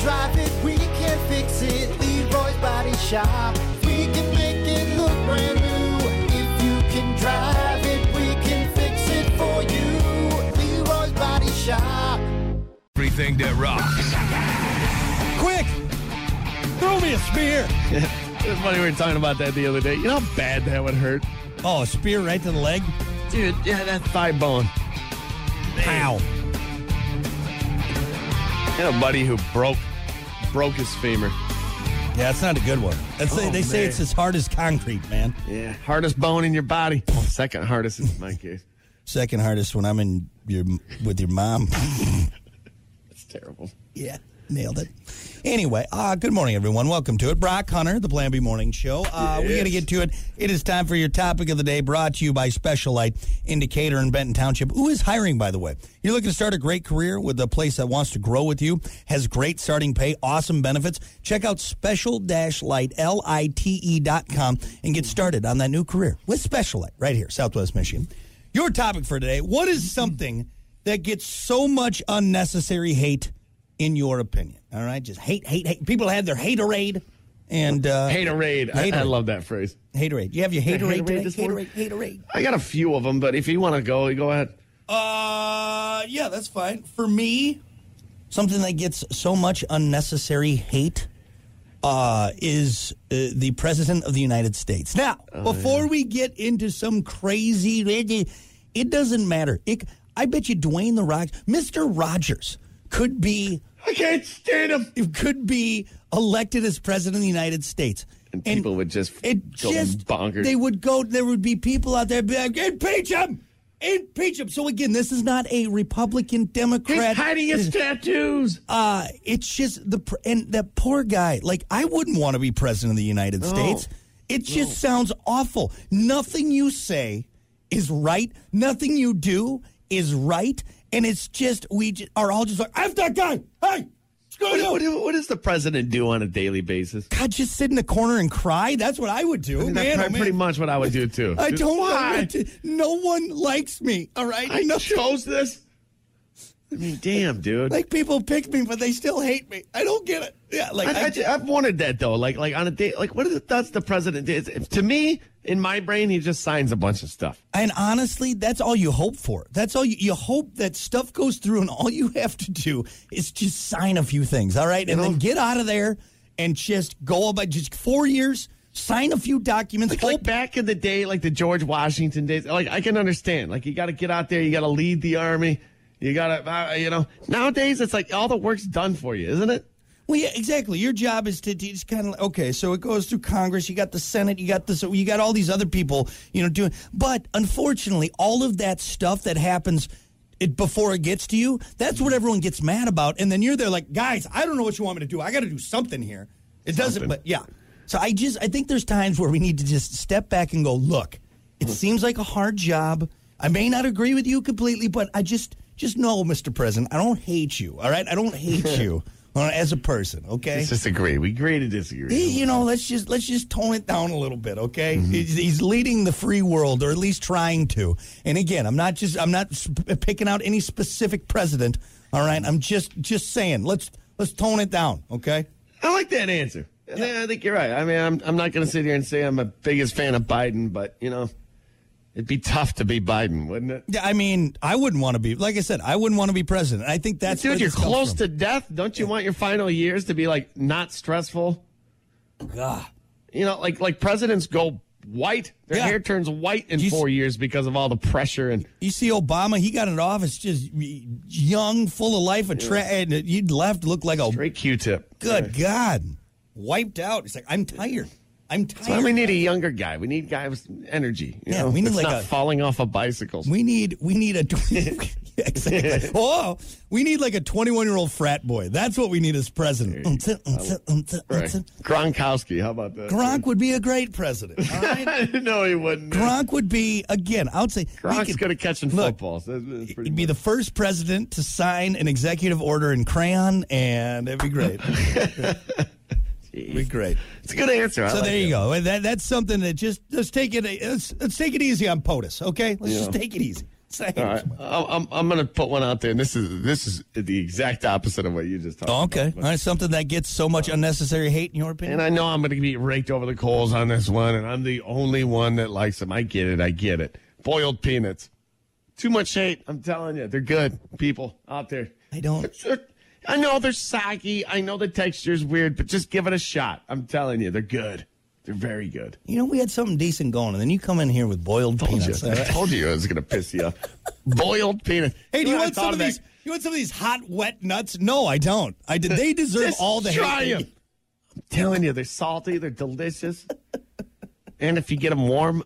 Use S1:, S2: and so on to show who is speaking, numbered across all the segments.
S1: drive it, we can fix it. Leroy's Body Shop. We can make it look brand new. If you can drive it, we can fix it for you. Leroy's Body Shop.
S2: Everything that rocks.
S3: Quick! Throw me a spear!
S4: It was funny we were talking about that the other day. You know how bad that would hurt,
S3: Oh, a spear right to the leg?
S4: dude. Yeah, that thigh bone.
S3: Pow.
S4: I had a buddy who broke broke his femur.
S3: Yeah, it's not a good one. That's, they
S4: Oh,
S3: they say
S4: man.
S3: it's as hard as concrete, man.
S4: Yeah, hardest bone in your body. Well, second hardest in my case.
S3: Second hardest when I'm in your with your mom.
S4: It's terrible.
S3: yeah, nailed it. Anyway, uh, good morning, everyone. Welcome to it. Brock Hunter, the Plan B Morning Show. Uh, We're going to get to it. It is time for your topic of the day, brought to you by Special Light Indicator in Benton Township. Who is hiring, by the way? You're looking to start a great career with a place that wants to grow with you, has great starting pay, awesome benefits. Check out special-light, L-I-T-E E dot com, and get started on that new career with Special Light right here, Southwest Michigan. Your topic for today, what is something that gets so much unnecessary hate in your opinion. All right, just hate, hate, hate. People had their haterade and uh,
S4: Haterade. I, I
S3: Haterade.
S4: love that phrase.
S3: haterade. You have your haterade,
S4: Haterade
S3: today?
S4: this
S3: haterade,
S4: morning?
S3: haterade.
S4: I got a few of them, but if you want to go, go ahead.
S3: Uh, yeah, that's fine for me. Something that gets so much unnecessary hate uh, is uh, the president of the United States. Now,
S4: Oh,
S3: before we get into some crazy, it doesn't matter. It, I bet you Dwayne the Rock, Mister Rogers, could be
S4: I can't stand him.
S3: you could be elected as president of the United States.
S4: And people would just
S3: it
S4: go
S3: just
S4: bonkers.
S3: They would go. There would be people out there be like, impeach him, impeach him. So again, this is not a Republican
S4: He's
S3: Democrat.
S4: hiding his tattoos.
S3: Uh, it's just the pr- and that poor guy. Like I wouldn't want to be president of the United States. It just sounds awful. Nothing you say is right. Nothing you do is right. And it's just we j- are all just like, "F that guy! Hey, screw
S4: What,
S3: you!"
S4: what- what does the president do on a daily basis?
S3: God, just sit in the corner and cry. That's what I would do,
S4: That's
S3: man.
S4: pri-
S3: oh, man.
S4: pretty much what I would do too.
S3: I don't
S4: Why?
S3: want to. No one likes me. All right,
S4: I
S3: No-
S4: chose this. I mean, damn, dude.
S3: like people pick me, but they still hate me. I don't get it. Yeah, like
S4: I,
S3: I,
S4: have wanted that though. Like, like on a day, like what is it? That's the president. Is to me, in my brain, he just signs a bunch of stuff.
S3: and honestly, that's all you hope for. That's all you, you hope that stuff goes through, and all you have to do is just sign a few things. All right, and
S4: know?
S3: then get out of there and just go about just four years, sign a few documents,
S4: It's
S3: hope
S4: like back in the day, like the George Washington days. Like I can understand. Like you got to get out there. You got to lead the army. You got to, uh, you know. Nowadays, it's like all the work's done for you, isn't it?
S3: Well, yeah, exactly. Your job is to, to just kind of okay. So it goes through Congress. You got the Senate. You got this. You got all these other people. You know, doing. But unfortunately, all of that stuff that happens. It, before it gets to you, that's what everyone gets mad about, and then you're there like, guys, I don't know what you want me to do. I got to do something here. It doesn't,
S4: Something.
S3: but yeah. So I just, I think there's times where we need to just step back and go, look, it seems like a hard job. I may not agree with you completely, but I just, just know, Mr. President, I don't hate you. All right, I don't hate you uh, as a person. Okay,
S4: Let's disagree. We agree to disagree.
S3: Hey, you know, let's just let's just tone it down a little bit, okay? He's, he's leading the free world, or at least trying to. And again, I'm not just I'm not sp- picking out any specific president. All right, I'm just just saying let's let's tone it down, okay?
S4: I like that answer. I think- I think you're right. I mean, I'm, I'm not going to sit here and say I'm a biggest fan of Biden, but, you know, it'd be tough to be Biden, wouldn't it?
S3: Yeah, I mean, I wouldn't want to be like I said, I wouldn't want to be president. I think that's where
S4: Dude, you're
S3: this comes
S4: close
S3: from.
S4: to death. Don't you want your final years to be, like, not stressful?
S3: God.
S4: You know, like, like presidents go white. Their
S3: Yeah.
S4: hair turns white in
S3: You s-
S4: four years because of all the pressure. And
S3: You see Obama, he got in office just young, full of life, attra- and you'd left look like a
S4: great Q-tip.
S3: good God, wiped out. It's like I'm tired. I'm tired.
S4: That's why we need a younger guy. We need guys with energy. You
S3: Yeah,
S4: know?
S3: we need,
S4: That's
S3: like,
S4: not
S3: a-
S4: falling off a bicycle.
S3: We need we need a Yeah, exactly. Oh, we need like a 21 year old frat boy. That's what we need as president.
S4: Right. Gronkowski, how about that?
S3: Gronk would be a great president. all right?
S4: no, he wouldn't.
S3: Gronk would be again. I would say we
S4: Gronk's
S3: could-
S4: good at catching
S3: look,
S4: footballs. That's, that's pretty
S3: He'd be
S4: much-
S3: the first president to sign an executive order in crayon, and it'd be great. it'd be great.
S4: It's a good answer.
S3: So there you go. That, that's something that just let's take it. Let's, let's take it easy on POTUS. Okay, let's just
S4: Yeah.
S3: take it easy. Same.
S4: All right, I'm, I'm, I'm gonna put one out there, and this is this is the exact opposite of what you just talked.
S3: Oh, okay.
S4: about.
S3: All right. Something that gets so much unnecessary hate in your opinion.
S4: And I know I'm going to be raked over the coals on this one, and I'm the only one that likes them. I get it. I get it. Boiled peanuts. Too much hate. I'm telling you, they're good people out there.
S3: I don't.
S4: It's- they're- I know they're soggy. I know the texture's weird, but just give it a shot. I'm telling you, they're good. They're very good.
S3: You know, we had something decent going, and then you come in here with boiled
S4: Told
S3: peanuts.
S4: you.
S3: all
S4: I
S3: right?
S4: told you I was going to piss you off. Boiled peanuts.
S3: Hey, do you
S4: know, I
S3: want
S4: thought
S3: some of
S4: that.
S3: these? You want some of these hot, wet nuts? No, I don't. I did. They deserve
S4: Just
S3: all the
S4: try
S3: hate. they
S4: 'em.
S3: get.
S4: I'm telling you, they're salty. They're delicious. and if you get them warm,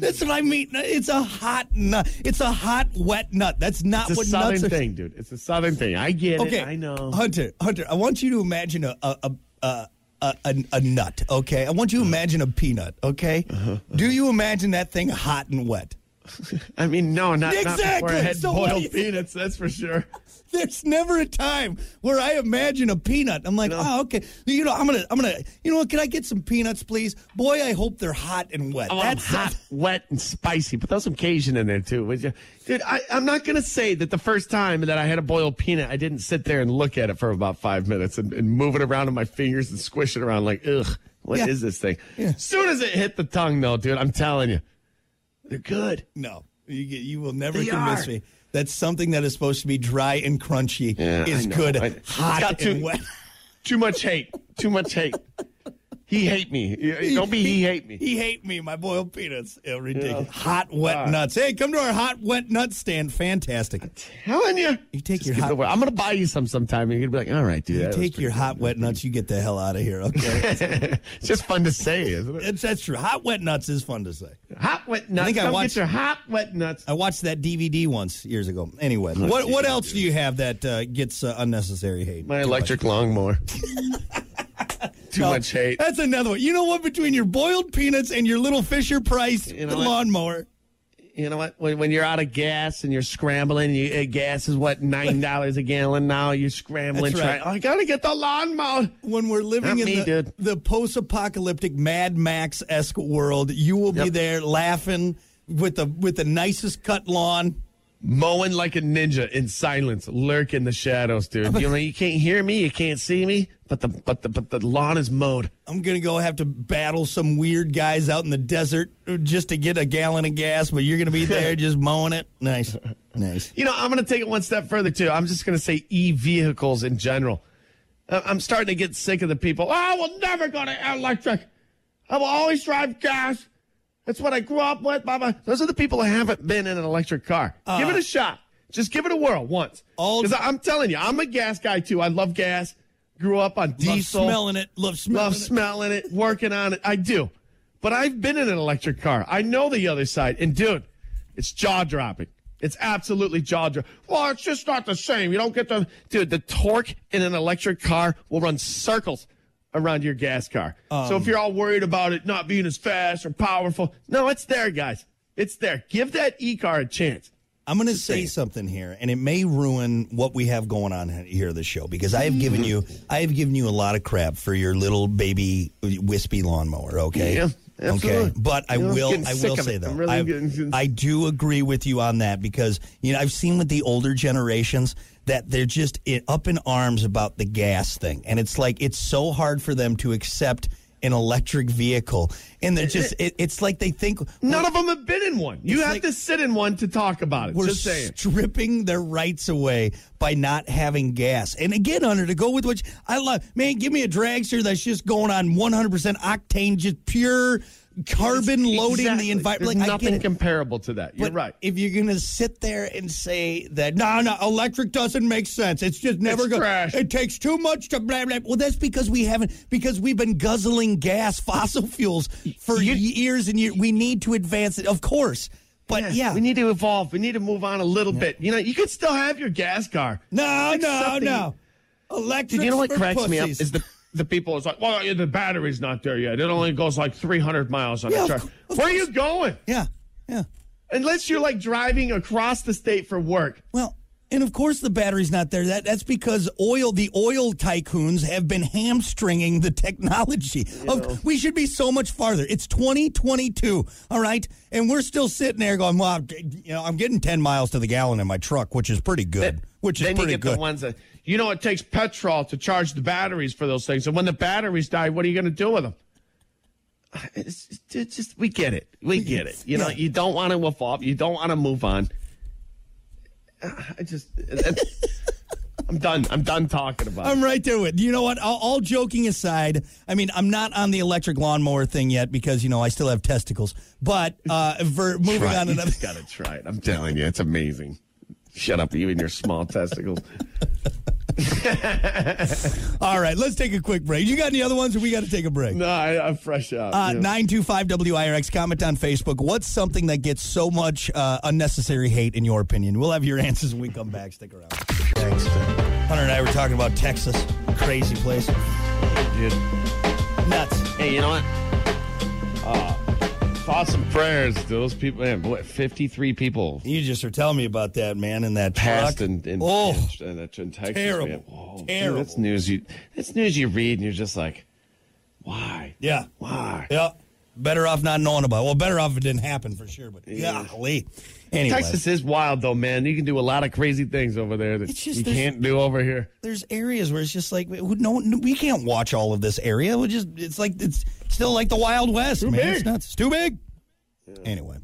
S3: That's what I mean. It's a hot nut. It's a hot, wet nut. That's not
S4: It's a
S3: what
S4: southern
S3: nuts are.
S4: thing, dude. It's a southern thing. I get
S3: Okay, Uh,
S4: it. I know.
S3: Hunter, Hunter, I want you to imagine a a a. a a, a, a nut, okay? I want you to imagine a peanut, okay?
S4: Uh-huh.
S3: Do you imagine that thing hot and wet?
S4: I mean, no, not, not before I
S3: Exactly.
S4: had
S3: So what do you-
S4: boiled peanuts. That's for sure.
S3: There's never a time where I imagine a peanut. I'm like, oh, okay. You know, I'm gonna, I'm gonna. You know, what, can I get some peanuts, please? Boy, I hope they're hot and wet.
S4: I want 'em hot, wet, and spicy. But throw some Cajun in there too, would you? Dude, I, I'm not gonna say that the first time that I had a boiled peanut, I didn't sit there and look at it for about five minutes and, and move it around in my fingers and squish it around like, ugh, what is
S3: Yeah.
S4: this thing?
S3: Yeah.
S4: Soon as it hit the tongue, though, dude, I'm telling you, they're good.
S3: No, you get, you will never
S4: They
S3: convince
S4: are.
S3: me that something that is supposed to be dry and crunchy
S4: Yeah,
S3: is
S4: I know.
S3: good,
S4: I-
S3: hot
S4: Got to-
S3: and wet.
S4: Too much hate. Too much hate. He hate me. Don't be he hate me.
S3: He hate me, my boiled peanuts. Oh, ridiculous.
S4: Yeah.
S3: Hot wet
S4: God.
S3: nuts. Hey, come to our hot wet nut stand. Fantastic.
S4: telling you.
S3: You take
S4: Just
S3: your
S4: give it
S3: hot-
S4: away. I'm going to buy you some sometime. And you're going to be like, all right, dude. that was
S3: Take your
S4: pretty
S3: hot wet nuts. You get the hell out of here. Okay,
S4: good." it's just fun to say, isn't it?
S3: that's, that's true. Hot wet nuts is fun to say.
S4: Hot wet nuts.
S3: think I
S4: Come
S3: watched- Oh,
S4: get your hot wet nuts.
S3: I watched that DVD once years ago. Anyway, what what else do you have that uh, gets uh, unnecessary hate?
S4: My
S3: Too
S4: electric lawnmower. Too
S3: much.
S4: much hate.
S3: That's another one. You know what? Between your boiled peanuts and your little Fisher Price
S4: You know what?
S3: lawnmower.
S4: You know what? When, when you're out of gas and you're scrambling, you, uh, gas is what nine dollars a gallon now. You're scrambling.
S3: That's right.
S4: trying, I gotta get the lawnmower.
S3: when we're living
S4: Not
S3: in
S4: me,
S3: the,
S4: dude.
S3: the post-apocalyptic Mad Max-esque world, you will be
S4: Yep.
S3: there laughing with the with the nicest cut lawn.
S4: mowing like a ninja in silence, lurk in the shadows, dude. You know, you can't hear me, you can't see me, but the but the but the lawn is mowed.
S3: I'm gonna go have to battle some weird guys out in the desert just to get a gallon of gas, but you're gonna be there just mowing it. Nice, nice.
S4: You know, I'm going to take it one step further too. I'm just going to say e-vehicles in general. I- I'm starting to get sick of the people. "Oh, I will never go to electric. I will always drive gas. That's what I grew up with. Blah, blah. Those are the people who haven't been in an electric car. give it a shot. Just give it a whirl once.
S3: Uh. All-
S4: Because I'm telling you, I'm a gas guy too. I love gas. Grew up on
S3: Love
S4: diesel.
S3: smelling it. Love smelling
S4: love
S3: it.
S4: smelling it, working on it. I do. But I've been in an electric car. I know the other side. And dude, it's jaw dropping. It's absolutely jaw dropping. Well, it's just not the same. You don't get the dude. The torque in an electric car will run circles around your gas car. so
S3: Um.
S4: if you're all worried about it not being as fast or powerful, no, it's there, guys. It's there. Give that e car a chance.
S3: I'm going to say something here, and it may ruin what we have going on here at the show because I have given you, I have given you a lot of crap for your little baby wispy lawnmower. Okay,
S4: Yeah, absolutely.
S3: okay, but I
S4: You know, I'm
S3: will,
S4: getting
S3: I
S4: sick
S3: will
S4: of
S3: say
S4: it.
S3: though,
S4: I'm really
S3: I-
S4: getting-
S3: I do agree with you on that because you know I've seen with the older generations that they're just i up in arms about the gas thing, and it's like it's so hard for them to accept an electric vehicle, and they're just, it, it's like they think
S4: None of them have been in one. You
S3: It's
S4: have
S3: like-
S4: to sit in one to talk about it.
S3: we're
S4: Just saying.
S3: stripping their rights away by not having gas. And again, Hunter, to go with which I love, man, give me a dragster that's just going on 100% octane, just pure carbon loading
S4: Exactly.
S3: the environment.
S4: There's
S3: Like, I
S4: nothing
S3: get it.
S4: comparable to that. You're
S3: But
S4: right.
S3: If you're gonna sit there and say that no, no, electric doesn't make sense. It's just never
S4: It's
S3: go-
S4: trash.
S3: It takes too much to blah blah. Well, that's because we haven't because we've been guzzling gas, fossil fuels for
S4: You-
S3: years and years. We need to advance it, of course. But yeah,
S4: we need to evolve. We need to move on a little bit. You know, you could still have your gas car.
S3: No, no,
S4: something-
S3: no. Electric.
S4: Dude, you know what
S3: for
S4: cracks me up
S3: pussies.
S4: is the the people. It's like, well, yeah, the battery's not there yet. It only goes like 300 miles on
S3: Yeah,
S4: a
S3: of
S4: charge.
S3: cou- of
S4: Where are you going?
S3: yeah, yeah.
S4: Unless you're like driving across the state for work.
S3: Well, And of course, the battery's not there. That that's because oil, the oil tycoons have been hamstringing the technology. Of, we should be so much farther. It's 2022, all right, and we're still sitting there going, "Well, I'm- you know, I'm getting 10 miles to the gallon in my truck, which is pretty good." which is
S4: then
S3: pretty
S4: you get
S3: good.
S4: the ones that you know it takes petrol to charge the batteries for those things, and when the batteries die, what are you going to do with them? It's, it's just we get it, we get it. You know,
S3: Yeah.
S4: you don't want to evolve, you don't want to move on. I just, I'm done. I'm done talking about. it.
S3: I'm right there with. You know what? All, all joking aside, I mean, I'm not on the electric lawnmower thing yet because you know I still have testicles. But uh, for moving
S4: Try it.
S3: on
S4: You
S3: another.
S4: just gotta try it. I'm telling you, it's amazing. Shut up, you and your small testicles.
S3: All right, let's take a quick break. You got any other ones? Or we got to take a break.
S4: No, I, I'm fresh out.
S3: Uh,
S4: yeah.
S3: 925 WIRX, comment on Facebook. What's something that gets so much uh, unnecessary hate, in your opinion? We'll have your answers when we come back. Stick around. Thanks. Hunter and I were talking about Texas. Crazy place.
S4: Dude.
S3: Nuts.
S4: Hey, you know what? Uh, thoughts and prayers to those people. Man, what, 53 people
S3: You just are telling me about that, man, in that
S4: passed
S3: truck.
S4: in, in,
S3: oh,
S4: in, in, in Texas.
S3: terrible,
S4: man. Whoa, dude,
S3: terrible.
S4: that's, news you, that's news you read, and you're just like, why?
S3: yeah.
S4: Why?
S3: Yeah. Better off not knowing about it. Well, better off if it didn't happen for sure, but yeah.
S4: Yeah.
S3: golly. Anyway,
S4: Texas is wild, though, man. You can do a lot of crazy things over there that
S3: It's just
S4: you
S3: there's-
S4: can't do over here.
S3: there's areas where it's just like we, no, we can't watch all of this area. We just it's like it's still like the Wild West, man.
S4: big.
S3: It's nuts. It's too big. Anyway.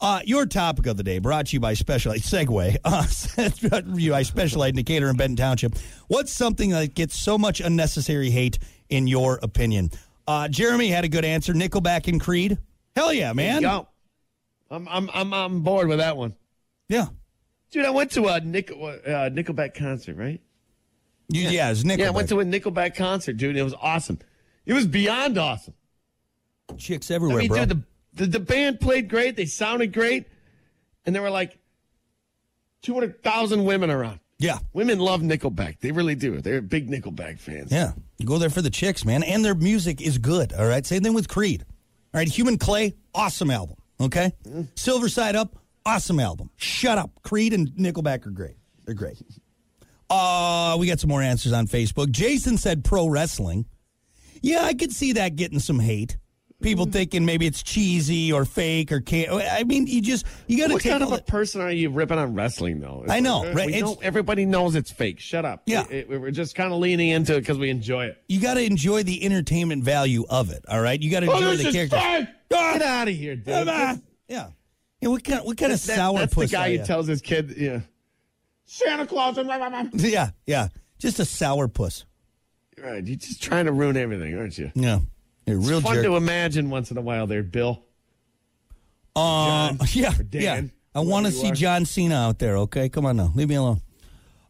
S3: Uh, your topic of the day brought to you by Specialite Segway. Uh, it's brought to you by Specialite Indicator in Benton Township. What's something that gets so much unnecessary hate in your opinion? Uh, Jeremy had a good answer. Nickelback and Creed. Hell yeah, man.
S4: Yo, I'm, I'm, I'm on board with that one.
S3: Yeah.
S4: Dude, I went to a Nick, uh, Nickelback concert, right?
S3: You- yeah. it's Nickelback.
S4: Yeah, I went to a Nickelback concert, dude. and It was awesome. It was beyond awesome.
S3: chicks everywhere,
S4: I mean,
S3: bro.
S4: dude, the, the the band played great. They sounded great, and there were like two hundred thousand women around.
S3: yeah.
S4: Women love Nickelback. They really do. They're big Nickelback fans.
S3: Yeah, you go there for the chicks, man, and their music is good. All right, same thing with Creed. All right, Human Clay, awesome album. Okay, Silver Side Up, awesome album. Shut up, Creed and Nickelback are great. They're great. Uh, we got some more answers on Facebook. Jason said pro wrestling. Yeah, I could see that getting some hate. People
S4: Mm.
S3: thinking maybe it's cheesy or fake or can't. I mean, you just you got to
S4: What
S3: take
S4: kind of
S3: all
S4: a
S3: the-
S4: person are you ripping on wrestling though? It's
S3: I know,
S4: like, uh,
S3: right?
S4: we
S3: It's-
S4: know- everybody knows it's fake. Shut up.
S3: Yeah.
S4: We- we- we're just kind of leaning into it because we enjoy it.
S3: you got to enjoy the entertainment value of it. All right, you
S4: Oh,
S3: got to enjoy the Ah! character.
S4: Get out of here, dude.
S3: Yeah. Yeah, what kind, what kind of
S4: That-
S3: sour
S4: that's the
S3: puss
S4: guy
S3: are
S4: who
S3: ya?
S4: tells his kid, yeah, Santa Claus. And blah, blah, blah.
S3: Yeah, yeah. Just a sour puss.
S4: Right, you're just trying to ruin everything, aren't you?
S3: Yeah. A real
S4: Fun
S3: jerk.
S4: to imagine once in a while, there, Bill.
S3: Uh, yeah,
S4: Dan,
S3: yeah. I
S4: whoever
S3: want to
S4: you
S3: see
S4: are.
S3: John Cena out there, okay? Come on now. Leave me alone.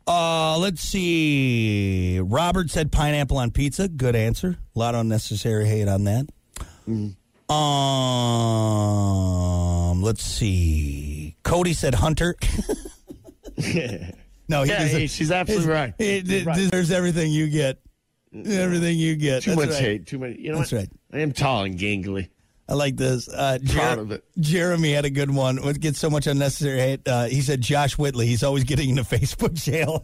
S3: Uh, let's see. Robert said pineapple on pizza. Good answer. A lot of unnecessary hate on that.
S4: Mm.
S3: Um, let's see. Cody said Hunter. no, he
S4: Yeah,
S3: deserves-
S4: hey, she's absolutely right.
S3: He de-
S4: She's right.
S3: deserves everything you get. Everything you get.
S4: Too
S3: That's
S4: much
S3: right.
S4: hate, too many. You know
S3: That's
S4: what?
S3: right.
S4: I am tall and gangly.
S3: I like this. Uh, Jer-
S4: Proud of it.
S3: Jeremy had a good one. What gets so much unnecessary hate? Uh, he said Josh Whitley. He's always getting into Facebook jail.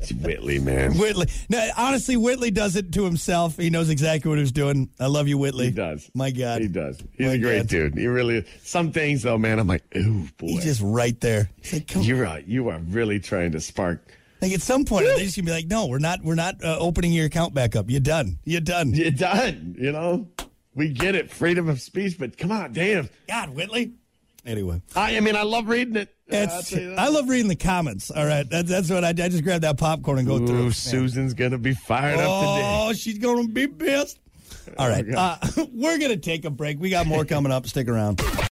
S4: It's Whitley, man.
S3: Whitley. No, honestly, Whitley does it to himself. He knows exactly what he's doing. I love you, Whitley.
S4: He does.
S3: My God.
S4: He does. He's
S3: My
S4: a great
S3: God.
S4: dude. He really is. Some things, though, man, I'm like, ooh, boy.
S3: He's just right there. It's like, come
S4: You're right. You are really trying to spark.
S3: like at some point, they're just gonna be like, "No, we're not. We're not uh, opening your account back up. You're done. You're done."
S4: You're done, you know? We get it, freedom of speech, but come on, damn.
S3: God, Whitley. Anyway,
S4: I, I mean, I love reading it. Uh, I'll
S3: it's,
S4: tell you that.
S3: I love reading the comments. All right, that, that's what I, I just grab that popcorn and go through.
S4: Ooh,
S3: Man.
S4: Susan's going to be fired up today.
S3: Oh, she's going to be pissed. All right. Uh, we're going to take a break. We got more coming up. Stick around.